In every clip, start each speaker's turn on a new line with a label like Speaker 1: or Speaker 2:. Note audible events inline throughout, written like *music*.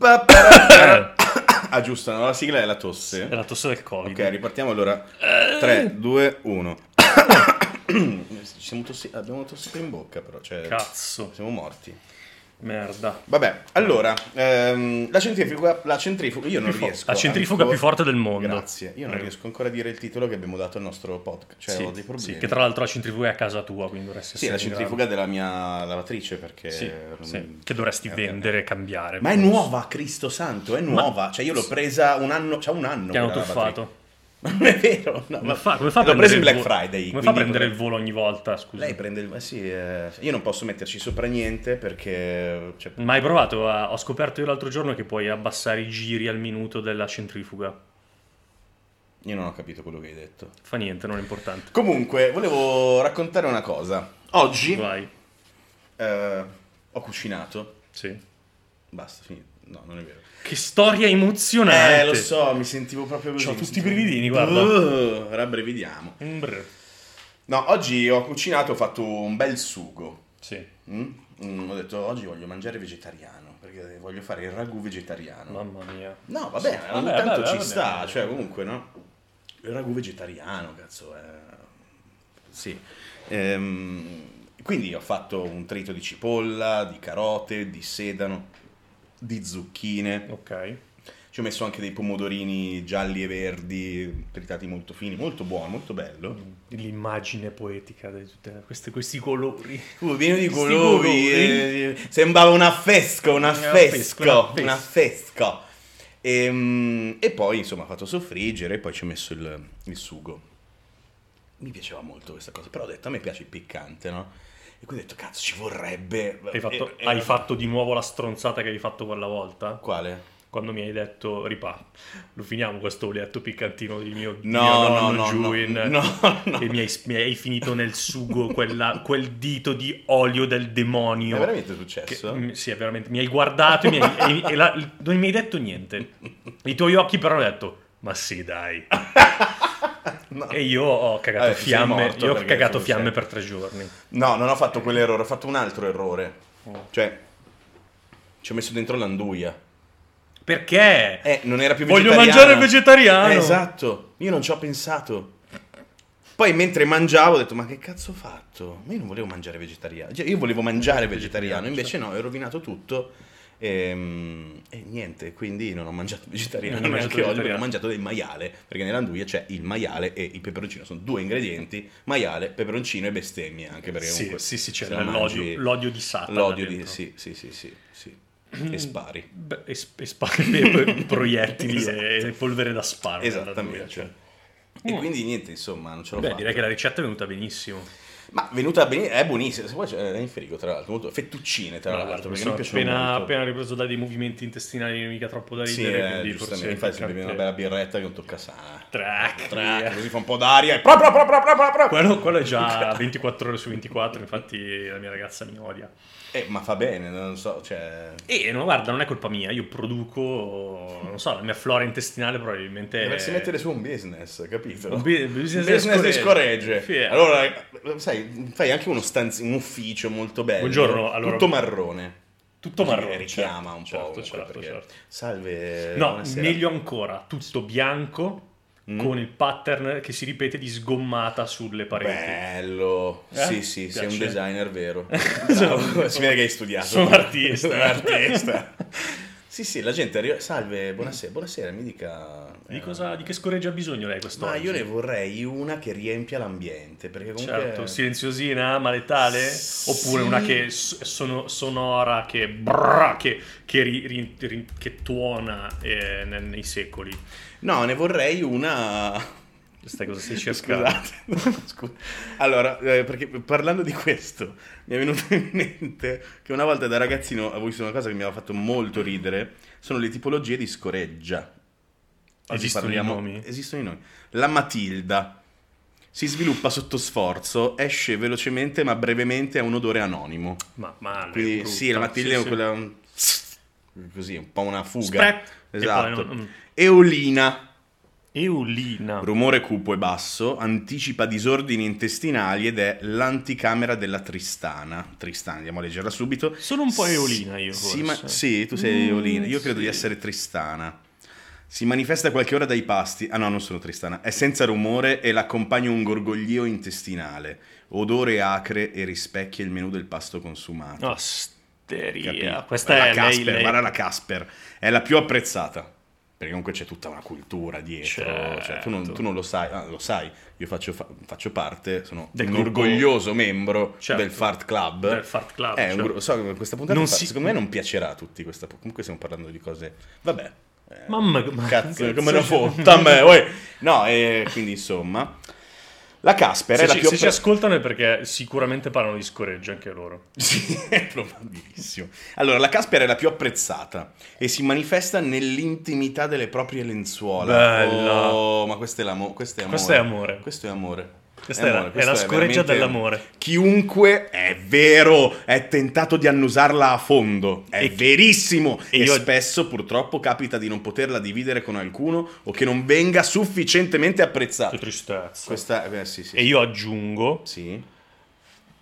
Speaker 1: *coughs* Ah, giusto, no, la sigla è la tosse.
Speaker 2: È la tosse del Covid.
Speaker 1: Ok, ripartiamo allora.
Speaker 2: Eh.
Speaker 1: 3, 2, 1. *coughs* Ci siamo tossi- abbiamo tossito in bocca, però. Cioè,
Speaker 2: Cazzo,
Speaker 1: siamo morti.
Speaker 2: merda.
Speaker 1: Vabbè, allora, ehm, la centrifuga. La centrifuga. Io non
Speaker 2: Più fo-
Speaker 1: riesco.
Speaker 2: la centrifuga
Speaker 1: ancora-
Speaker 2: più forte del mondo.
Speaker 1: Grazie. Io non
Speaker 2: Prego.
Speaker 1: riesco ancora a dire il titolo che abbiamo dato al nostro podcast. Cioè,
Speaker 2: sì,
Speaker 1: ho dei problemi.
Speaker 2: sì, che tra l'altro la centrifuga è a casa tua, quindi dovresti
Speaker 1: Sì, è
Speaker 2: essere
Speaker 1: la
Speaker 2: in
Speaker 1: centrifuga della mia lavatrice perché...
Speaker 2: grado. Sì,
Speaker 1: non-
Speaker 2: sì, che dovresti
Speaker 1: Eh, ok.
Speaker 2: vendere e cambiare.
Speaker 1: Ma è nuova, Cristo santo, è nuova. Cioè io l'ho presa un anno, c'ha un anno.
Speaker 2: Ti hanno
Speaker 1: quella lavatrice.
Speaker 2: tuffato.
Speaker 1: *laughs* Ma non è vero. No,
Speaker 2: Come
Speaker 1: ma
Speaker 2: fa, come fa a
Speaker 1: l'ho presa
Speaker 2: prendere
Speaker 1: in Black
Speaker 2: il volo-
Speaker 1: Friday.
Speaker 2: Come fa a
Speaker 1: quindi
Speaker 2: prendere il
Speaker 1: potrei-
Speaker 2: volo ogni volta, scusa?
Speaker 1: Lei prende il... ma sì, eh, io non posso metterci sopra niente perché... cioè,
Speaker 2: Ma hai provato? a- Ho scoperto io l'altro giorno che puoi abbassare i giri al minuto della centrifuga.
Speaker 1: io non ho capito quello che hai detto.
Speaker 2: Fa niente, non è importante.
Speaker 1: Comunque, volevo raccontare una cosa. Oggi
Speaker 2: Vai.
Speaker 1: eh, ho cucinato.
Speaker 2: Sì.
Speaker 1: Basta, finito. No, non è vero.
Speaker 2: Che storia emozionante.
Speaker 1: Eh, lo so, mi sentivo proprio così.
Speaker 2: C'ho
Speaker 1: mi
Speaker 2: tutti
Speaker 1: sentivo-
Speaker 2: i brividini, guarda.
Speaker 1: Uh, rabbrividiamo.
Speaker 2: Mm, brr.
Speaker 1: No, oggi ho cucinato, ho fatto un bel sugo.
Speaker 2: Sì.
Speaker 1: Mm? Mm, ho detto oggi voglio mangiare vegetariano, perché voglio fare il ragù vegetariano.
Speaker 2: Mamma mia.
Speaker 1: No, vabbè,
Speaker 2: Sì,
Speaker 1: ogni
Speaker 2: vabbè,
Speaker 1: tanto
Speaker 2: vabbè,
Speaker 1: ci
Speaker 2: vabbè.
Speaker 1: sta, cioè comunque, no? Il ragù vegetariano, cazzo, è... Sì. Ehm, quindi ho fatto un trito di cipolla, di carote, di sedano, di zucchine.
Speaker 2: Ok.
Speaker 1: Ci ho messo anche dei pomodorini gialli e verdi, tritati molto fini, molto buono, molto bello.
Speaker 2: Mm. L'immagine poetica di tutte queste- questi colori.
Speaker 1: Uh, pieno di
Speaker 2: Sti
Speaker 1: colori,
Speaker 2: colori.
Speaker 1: eh, sembrava un affresco, un
Speaker 2: affresco,
Speaker 1: affresco,
Speaker 2: un
Speaker 1: un affresco. Ehm, E, poi insomma ho fatto soffriggere e poi ci ho messo il, il sugo. Mi piaceva molto questa cosa, però ho detto a me piace il piccante, no? E quindi ho detto cazzo ci vorrebbe...
Speaker 2: Hai fatto,
Speaker 1: E- e-
Speaker 2: hai fatto di nuovo la stronzata che hai fatto quella volta?
Speaker 1: Quale?
Speaker 2: Quando mi hai detto, ripà, lo finiamo questo oletto piccantino di mio, di
Speaker 1: No,
Speaker 2: mio
Speaker 1: no, no,
Speaker 2: nonno Juin",
Speaker 1: *laughs* no, no, no.
Speaker 2: E mi hai, mi hai finito nel sugo quella- quel dito di olio del
Speaker 1: È
Speaker 2: demonio.
Speaker 1: veramente
Speaker 2: Che-
Speaker 1: successo?
Speaker 2: mm, sì, è veramente. Mi hai guardato e, mi hai- e- e la- non mi hai detto niente. I tuoi occhi, però, hanno detto: Ma sì, dai.
Speaker 1: No.
Speaker 2: E io ho cagato
Speaker 1: Vabbè, ti Eh, sei
Speaker 2: fiamme.
Speaker 1: morto
Speaker 2: io ho
Speaker 1: perché
Speaker 2: cagato
Speaker 1: tu
Speaker 2: fiamme
Speaker 1: sei-
Speaker 2: per tre giorni.
Speaker 1: No, non ho fatto quell'errore, ho fatto un altro errore.
Speaker 2: Oh.
Speaker 1: Cioè, ci ho messo dentro l'anduia.
Speaker 2: Perché?
Speaker 1: Eh, non era più
Speaker 2: Voglio
Speaker 1: vegetariano.
Speaker 2: mangiare il vegetariano.
Speaker 1: Eh, esatto, io non ci ho pensato. Poi mentre mangiavo ho detto, ma che cazzo ho fatto? Ma Io non volevo mangiare vegetariano. Cioè, io volevo mangiare vegetariano,
Speaker 2: certo.
Speaker 1: invece no, ho rovinato tutto. ehm, E, niente, quindi non ho mangiato *laughs* vegetariano,
Speaker 2: Non hai
Speaker 1: neanche
Speaker 2: mangiato
Speaker 1: oggi,
Speaker 2: vegetariano.
Speaker 1: ho mangiato del maiale, perché nell'anduia c'è il maiale e il peperoncino, sono due ingredienti, maiale, peperoncino e bestemmie, anche perché
Speaker 2: Sì,
Speaker 1: comunque
Speaker 2: sì, sì, c'è
Speaker 1: se la
Speaker 2: l'odio-
Speaker 1: mangi-
Speaker 2: l'odio di Satana
Speaker 1: L'odio di,
Speaker 2: dentro.
Speaker 1: sì, sì, sì, sì,
Speaker 2: *clears throat*
Speaker 1: sì. e spari.
Speaker 2: Mm.
Speaker 1: Esatto.
Speaker 2: Beh, E, sp- e spa- e proiettili e- e polvere da sparo.
Speaker 1: Esattamente. E
Speaker 2: Mm.
Speaker 1: quindi niente, insomma, non ce l'ho
Speaker 2: Beh,
Speaker 1: fatta.
Speaker 2: direi che la ricetta è venuta benissimo.
Speaker 1: Ma venuta bene, è buonissima. Se poi c'è è in frigo, tra l'altro, molto fettuccine, tra
Speaker 2: Guarda,
Speaker 1: l'altro,
Speaker 2: mi
Speaker 1: perché
Speaker 2: sono
Speaker 1: mi piacciono
Speaker 2: appena,
Speaker 1: molto.
Speaker 2: appena ripreso dai dei movimenti intestinali mica troppo da
Speaker 1: Sì,
Speaker 2: ridere,
Speaker 1: eh,
Speaker 2: quindi
Speaker 1: giustamente,
Speaker 2: forse...
Speaker 1: infatti se bevi una
Speaker 2: piccante.
Speaker 1: bella birretta che è un toccasana.
Speaker 2: Trac,
Speaker 1: Tra,
Speaker 2: via.
Speaker 1: così fa un po' d'aria e... Pra, pra, pra, pra, pra, pra, pra.
Speaker 2: Quello, quello è
Speaker 1: *laughs*
Speaker 2: già 24 ore su 24, infatti la mia ragazza mi odia.
Speaker 1: Eh, ma fa bene, non so, cioè...
Speaker 2: E no, guarda, non è colpa mia, io produco, non so, la mia flora intestinale probabilmente...
Speaker 1: Dovresti
Speaker 2: è-
Speaker 1: mettere su un business, capito?
Speaker 2: Un bi- business
Speaker 1: Un business
Speaker 2: di
Speaker 1: di scoregge.
Speaker 2: Sì. eh.
Speaker 1: Allora, sai, fai anche uno stanzi- un ufficio molto bello.
Speaker 2: Buongiorno, allora-
Speaker 1: Tutto marrone.
Speaker 2: Tutto marrone.
Speaker 1: Che richiama
Speaker 2: certo,
Speaker 1: un po'.
Speaker 2: Certo,
Speaker 1: comunque,
Speaker 2: certo,
Speaker 1: perché-
Speaker 2: certo.
Speaker 1: Salve.
Speaker 2: No,
Speaker 1: Eh, buonasera. Mm.
Speaker 2: meglio ancora, tutto bianco con il pattern che si ripete di sgommata sulle pareti.
Speaker 1: Bello.
Speaker 2: Eh?
Speaker 1: Sì, sì, sei
Speaker 2: Piace?
Speaker 1: un designer
Speaker 2: *laughs*
Speaker 1: vero. Bravo. si vede che hai studiato.
Speaker 2: Sono un artista. eh.
Speaker 1: Sono *laughs* un artista. sì, sì, la gente arriva. Salve, buonasera, buonasera, mi dica.
Speaker 2: Mm. Di,
Speaker 1: eh,
Speaker 2: cosa, di che scoreggia ha bisogno lei quest'oggi?
Speaker 1: Ma io ne vorrei una che riempia l'ambiente, perché comunque...
Speaker 2: Certo, silenziosina, ma letale?
Speaker 1: Sì.
Speaker 2: Oppure una che s- sono- sonora, che, brrra, che, che ri- ri- ri- che tuona eh, ne- nei secoli.
Speaker 1: No, ne vorrei una...
Speaker 2: Questa cosa stai cercando.
Speaker 1: Scusate, *laughs* scusa. Allora, eh, perché parlando di questo, mi è venuto in mente che una volta da ragazzino avevo visto una cosa che mi aveva fatto molto ridere, sono le tipologie di scoreggia.
Speaker 2: Esistono i nomi?
Speaker 1: Esistono i nomi. La Matilda si sviluppa sotto sforzo, esce velocemente ma brevemente ha un odore anonimo.
Speaker 2: Ma male.
Speaker 1: Quindi
Speaker 2: brutta.
Speaker 1: sì, la Matilda
Speaker 2: Eh, Sì,
Speaker 1: è
Speaker 2: sì.
Speaker 1: quella un- così, un po' una fuga.
Speaker 2: Sprat! E poi
Speaker 1: Esatto.
Speaker 2: non- mm.
Speaker 1: Eolina
Speaker 2: Eulina.
Speaker 1: Rumore cupo e basso, anticipa disordini intestinali ed è l'anticamera della Tristana. Tristana, andiamo a leggerla subito.
Speaker 2: Sono un po' eolina io,
Speaker 1: Sì,
Speaker 2: forse.
Speaker 1: sì, tu sei
Speaker 2: Mm,
Speaker 1: eolina. Io credo di
Speaker 2: sì.
Speaker 1: essere Tristana. Si manifesta qualche ora dai pasti. Ah no, non sono Tristana. È senza rumore e l'accompagna un gorgoglio intestinale. Odore acre e rispecchia il menù del pasto consumato.
Speaker 2: Osteria.
Speaker 1: Capito?
Speaker 2: eh, Questa
Speaker 1: la
Speaker 2: è lei,
Speaker 1: Casper,
Speaker 2: lei.
Speaker 1: guarda la Casper, è la più apprezzata. Perché comunque c'è tutta una cultura dietro.
Speaker 2: Certo.
Speaker 1: Cioè, tu, non, tu non lo sai, ah, lo sai, io faccio, fa- faccio parte, sono
Speaker 2: Del
Speaker 1: un
Speaker 2: gruppo-
Speaker 1: orgoglioso membro
Speaker 2: Certo.
Speaker 1: del Fart Club.
Speaker 2: Del Fart Club,
Speaker 1: Eh, un
Speaker 2: certo.
Speaker 1: gru- so che questa puntata
Speaker 2: Non
Speaker 1: fa-
Speaker 2: si-
Speaker 1: secondo me non piacerà a tutti questa pu- Comunque stiamo parlando di cose... Vabbè. eh,
Speaker 2: Mamma ma- *laughs*
Speaker 1: Cazzo, come
Speaker 2: cioè-
Speaker 1: la fotta a me, uè. No, e quindi insomma... La Casper è
Speaker 2: Se,
Speaker 1: la
Speaker 2: ci,
Speaker 1: più
Speaker 2: se ci
Speaker 1: appre-
Speaker 2: ascoltano è perché sicuramente parlano di scoreggio anche loro.
Speaker 1: *laughs* Sì, è probabilissimo. Allora, la Casper è la più apprezzata e si manifesta nell'intimità delle proprie lenzuola.
Speaker 2: Bella.
Speaker 1: Oh, ma questo è, l'amo- questo è amore.
Speaker 2: Questo è amore.
Speaker 1: Questo è amore.
Speaker 2: Questa è la-
Speaker 1: amore,
Speaker 2: è la
Speaker 1: questo
Speaker 2: scoreggia
Speaker 1: veramente-
Speaker 2: dell'amore.
Speaker 1: Chiunque è vero, è tentato di annusarla a fondo. È
Speaker 2: E-
Speaker 1: verissimo. E,
Speaker 2: e io-
Speaker 1: spesso purtroppo capita di non poterla dividere con alcuno o che non venga sufficientemente apprezzata.
Speaker 2: Che tristezza.
Speaker 1: Questa eh, sì, sì.
Speaker 2: E io aggiungo
Speaker 1: Sì.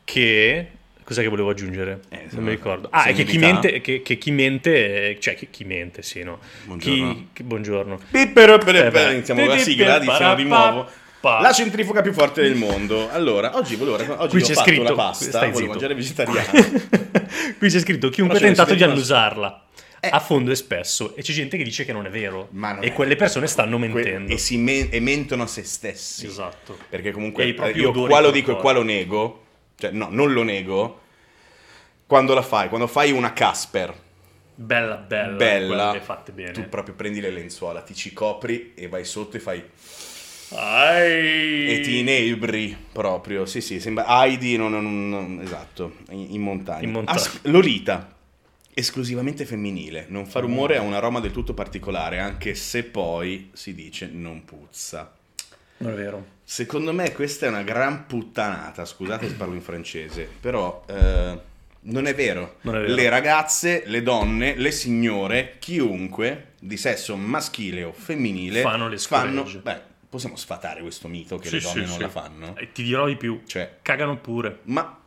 Speaker 2: che... Cos'è che volevo aggiungere?
Speaker 1: Eh,
Speaker 2: non mi ricordo.
Speaker 1: sono
Speaker 2: Ah, è che chi,
Speaker 1: novità.
Speaker 2: mente, che, che chi mente... eh, Cioè, che chi mente, sì, no.
Speaker 1: Buongiorno.
Speaker 2: Chi, chi- buongiorno. Eh,
Speaker 1: Pipperoperepe,
Speaker 2: beh.
Speaker 1: Iniziamo con la sigla, diciamo di nuovo.
Speaker 2: Pa.
Speaker 1: La centrifuga più forte del mondo. Allora, oggi volevo raccon- oggi
Speaker 2: Qui
Speaker 1: ho
Speaker 2: c'è
Speaker 1: fatto
Speaker 2: scritto-
Speaker 1: la
Speaker 2: stai
Speaker 1: pasta, volevo
Speaker 2: zitto.
Speaker 1: mangiare
Speaker 2: *laughs*
Speaker 1: vegetariano.
Speaker 2: Qui c'è scritto chiunque
Speaker 1: Però
Speaker 2: ha
Speaker 1: ce ne
Speaker 2: tentato di
Speaker 1: sono rimasto-
Speaker 2: annusarla.
Speaker 1: Eh.
Speaker 2: A fondo e spesso. E c'è gente che dice che non è vero.
Speaker 1: Ma non
Speaker 2: e
Speaker 1: è
Speaker 2: quelle
Speaker 1: vero.
Speaker 2: persone stanno
Speaker 1: Que-
Speaker 2: mentendo.
Speaker 1: e, si men- e mentono a se stessi.
Speaker 2: Esatto.
Speaker 1: Perché comunque
Speaker 2: E i
Speaker 1: eh,
Speaker 2: propri
Speaker 1: io
Speaker 2: odori
Speaker 1: qua lo
Speaker 2: corporei.
Speaker 1: dico e qua lo nego. Cioè, no, non lo nego. Quando la fai? Quando fai una Casper
Speaker 2: Eh, Bella, bella.
Speaker 1: bella,
Speaker 2: quelle fatte bene.
Speaker 1: tu proprio prendi le lenzuola, ti ci copri e vai sotto e fai...
Speaker 2: Ai.
Speaker 1: E ti inebri proprio, sì sì, sembra Heidi, non, non- non- esatto, in, in montagna.
Speaker 2: In montagna.
Speaker 1: As- Lolita, esclusivamente femminile, non fa rumore, ha un aroma del tutto particolare, anche se poi si dice non puzza.
Speaker 2: Non è vero.
Speaker 1: Secondo me questa è una gran puttanata, scusate se parlo in francese, però eh, non, è vero.
Speaker 2: Non è vero.
Speaker 1: Le ragazze, le donne, le signore, chiunque di sesso maschile o femminile
Speaker 2: Fanno le
Speaker 1: fanno-
Speaker 2: scoregge.
Speaker 1: Beh, possiamo sfatare questo mito che
Speaker 2: Sì,
Speaker 1: le donne
Speaker 2: sì,
Speaker 1: non
Speaker 2: sì.
Speaker 1: la fanno?
Speaker 2: E ti dirò di più.
Speaker 1: Cioè,
Speaker 2: Cagano pure.
Speaker 1: ma...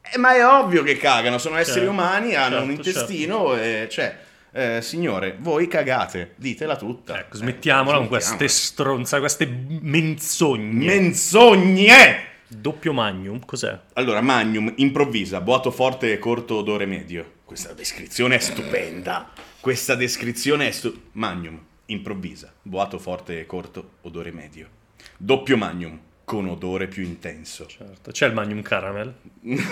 Speaker 1: eh, ma è ovvio che cagano, sono esseri
Speaker 2: Certo,
Speaker 1: umani, hanno un
Speaker 2: certo,
Speaker 1: intestino, e, cioè, eh, signore, voi cagate, ditela tutta.
Speaker 2: Ecco,
Speaker 1: Eh,
Speaker 2: smettiamola con queste
Speaker 1: smettiamola.
Speaker 2: stronza, queste menzogne.
Speaker 1: menzogne!
Speaker 2: Doppio magnum, cos'è?
Speaker 1: Allora, Magnum, improvvisa, boato forte e corto odore medio. Questa descrizione è stupenda. Questa descrizione è stu... Magnum, improvvisa, boato forte e corto, odore medio. Doppio Magnum, con odore più intenso.
Speaker 2: Certo. C'è il magnum caramel.
Speaker 1: No,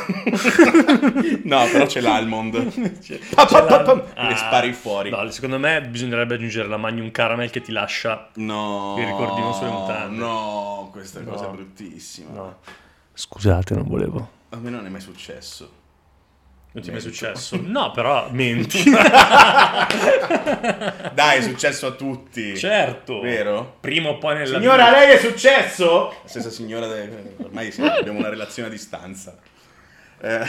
Speaker 1: però c'è *laughs*
Speaker 2: *laughs*
Speaker 1: l'almond.
Speaker 2: C'è-
Speaker 1: Pa,
Speaker 2: c'è
Speaker 1: pa, pa,
Speaker 2: la-
Speaker 1: pa,
Speaker 2: Ah.
Speaker 1: Cioè, le spari fuori.
Speaker 2: No, secondo me bisognerebbe aggiungere la magnum caramel che ti lascia...
Speaker 1: No.
Speaker 2: Il ricordino sulle mutande.
Speaker 1: No, questa cosa è
Speaker 2: No.
Speaker 1: bruttissima.
Speaker 2: No. Scusate, non volevo.
Speaker 1: A me non è mai successo.
Speaker 2: Non ti è
Speaker 1: Mento.
Speaker 2: mai successo? No, però
Speaker 1: *laughs*
Speaker 2: menti.
Speaker 1: Dai, è successo a tutti.
Speaker 2: certo.
Speaker 1: Vero?
Speaker 2: Prima o poi nella
Speaker 1: Signora, a
Speaker 2: vita-
Speaker 1: lei è successo? La stessa signora, de- ormai sì, abbiamo una relazione a distanza. Eh,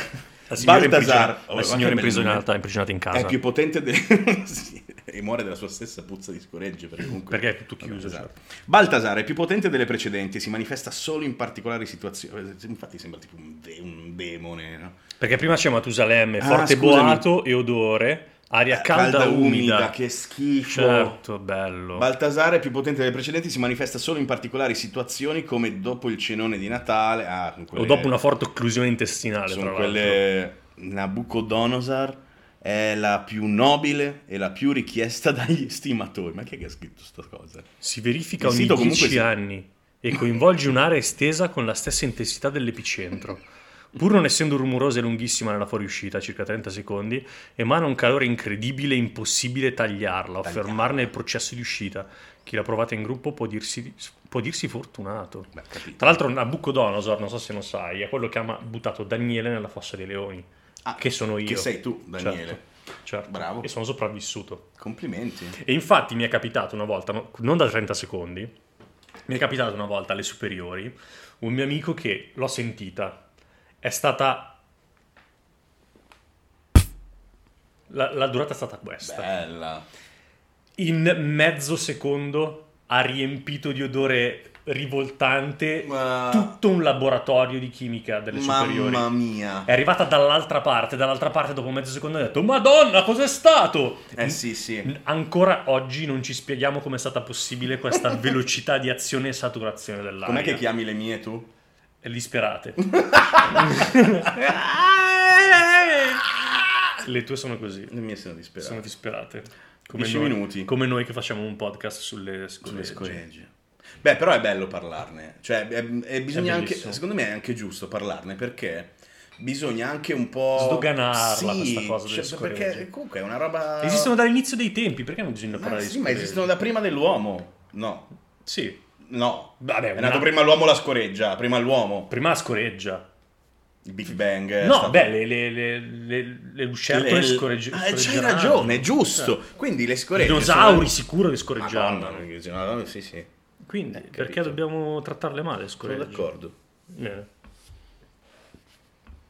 Speaker 2: La signora,
Speaker 1: Baltasar,
Speaker 2: imprigionata,
Speaker 1: Oh,
Speaker 2: la
Speaker 1: ma
Speaker 2: signora
Speaker 1: che
Speaker 2: imprigionata, imprigionata in
Speaker 1: bellino.
Speaker 2: casa.
Speaker 1: è più potente del... *laughs* sì, e muore della sua stessa puzza di scoreggio. Perché, comunque...
Speaker 2: Perché è tutto
Speaker 1: Vabbè,
Speaker 2: chiuso,
Speaker 1: esatto.
Speaker 2: certo.
Speaker 1: Baltasar è più potente delle precedenti, si manifesta solo in particolari situazioni. Infatti sembra tipo un, de- un demone, no?
Speaker 2: Perché prima c'è Matusalemme,
Speaker 1: Ah,
Speaker 2: forte
Speaker 1: scusami.
Speaker 2: boato e odore, aria
Speaker 1: Eh,
Speaker 2: calda, umida.
Speaker 1: che schifo.
Speaker 2: Certo, bello.
Speaker 1: Baltasar è più potente delle precedenti, si manifesta solo in particolari situazioni come dopo il cenone di Natale. Ah, con quelle-
Speaker 2: O dopo una forte occlusione intestinale,
Speaker 1: sono
Speaker 2: tra
Speaker 1: quelle Nabucodonosor è la più nobile e la più richiesta *laughs* dagli estimatori. Ma chi è che ha scritto sta cosa?
Speaker 2: l'altro. Si verifica
Speaker 1: Il
Speaker 2: ogni
Speaker 1: sito
Speaker 2: 10
Speaker 1: comunque si-
Speaker 2: anni e coinvolge un'area estesa con la stessa intensità dell'epicentro. Pur non essendo rumorosa e lunghissima nella fuoriuscita, circa 30 secondi, emana un calore incredibile e impossibile tagliarla o
Speaker 1: Tagliarla.
Speaker 2: fermarne il processo di uscita. Chi l'ha provata in gruppo può dirsi, può dirsi fortunato.
Speaker 1: Beh, capito.
Speaker 2: Tra l'altro Nabucodonosor, non so se non sai, è quello che ha ma- buttato Daniele nella fossa dei leoni,
Speaker 1: Ah,
Speaker 2: che sono io.
Speaker 1: Che sei tu, Daniele.
Speaker 2: Certo, certo.
Speaker 1: Bravo.
Speaker 2: E sono sopravvissuto.
Speaker 1: Complimenti.
Speaker 2: E infatti mi è capitato una volta, no- non da 30 secondi, mi è capitato una volta alle superiori, un mio amico che l'ho sentita, è stata... La, la durata è stata questa.
Speaker 1: Bella.
Speaker 2: In mezzo secondo ha riempito di odore rivoltante
Speaker 1: Ma-
Speaker 2: tutto un laboratorio di chimica delle superiori. Eh,
Speaker 1: Mamma mia.
Speaker 2: È arrivata dall'altra parte, dall'altra parte dopo mezzo secondo ha detto Madonna, cos'è stato?
Speaker 1: Eh sì, sì.
Speaker 2: N- Ancora oggi non ci spieghiamo come è stata
Speaker 1: *laughs*
Speaker 2: possibile questa velocità di azione e saturazione dell'aria.
Speaker 1: Com'è che chiami le mie
Speaker 2: *laughs*
Speaker 1: tu? *laughs*
Speaker 2: Disperate. Le tue sono così.
Speaker 1: Le mie sono disperate.
Speaker 2: Sono disperate.
Speaker 1: Dieci
Speaker 2: noi,
Speaker 1: minuti.
Speaker 2: Come noi che facciamo un podcast sulle
Speaker 1: Sulle
Speaker 2: scuole.
Speaker 1: scoregge. Beh, però è bello parlarne. Cioè, è- è- bisogna
Speaker 2: cioè. È
Speaker 1: anche,
Speaker 2: bellissimo.
Speaker 1: secondo me è anche giusto parlarne perché bisogna anche un po'...
Speaker 2: Sdoganarla
Speaker 1: Sì,
Speaker 2: questa cosa delle
Speaker 1: cioè,
Speaker 2: scoregge.
Speaker 1: Perché comunque è una roba...
Speaker 2: Esistono dall'inizio dei tempi, perché non bisogna
Speaker 1: ma,
Speaker 2: parlare di
Speaker 1: sì, ma
Speaker 2: scoregge?
Speaker 1: esistono da prima dell'uomo. No,
Speaker 2: Sì.
Speaker 1: no.
Speaker 2: Vabbè,
Speaker 1: È nato
Speaker 2: una-
Speaker 1: prima l'uomo la scoreggia, prima l'uomo.
Speaker 2: prima la scoreggia.
Speaker 1: Il Big Bang. è
Speaker 2: no,
Speaker 1: stato-
Speaker 2: beh, le, le, le, le, le lucertole
Speaker 1: Le-
Speaker 2: scoregge-
Speaker 1: Ah, c'hai
Speaker 2: scoreggeranno.
Speaker 1: ragione, è giusto. Quindi le
Speaker 2: I
Speaker 1: scoregge...
Speaker 2: dinosauri
Speaker 1: sono-
Speaker 2: sicuro che scoreggiavano.
Speaker 1: Madonna, no, no, sì, sì.
Speaker 2: Quindi,
Speaker 1: Eh, capito.
Speaker 2: perché dobbiamo trattarle male le
Speaker 1: Sono
Speaker 2: scoregge?
Speaker 1: d'accordo.
Speaker 2: Eh.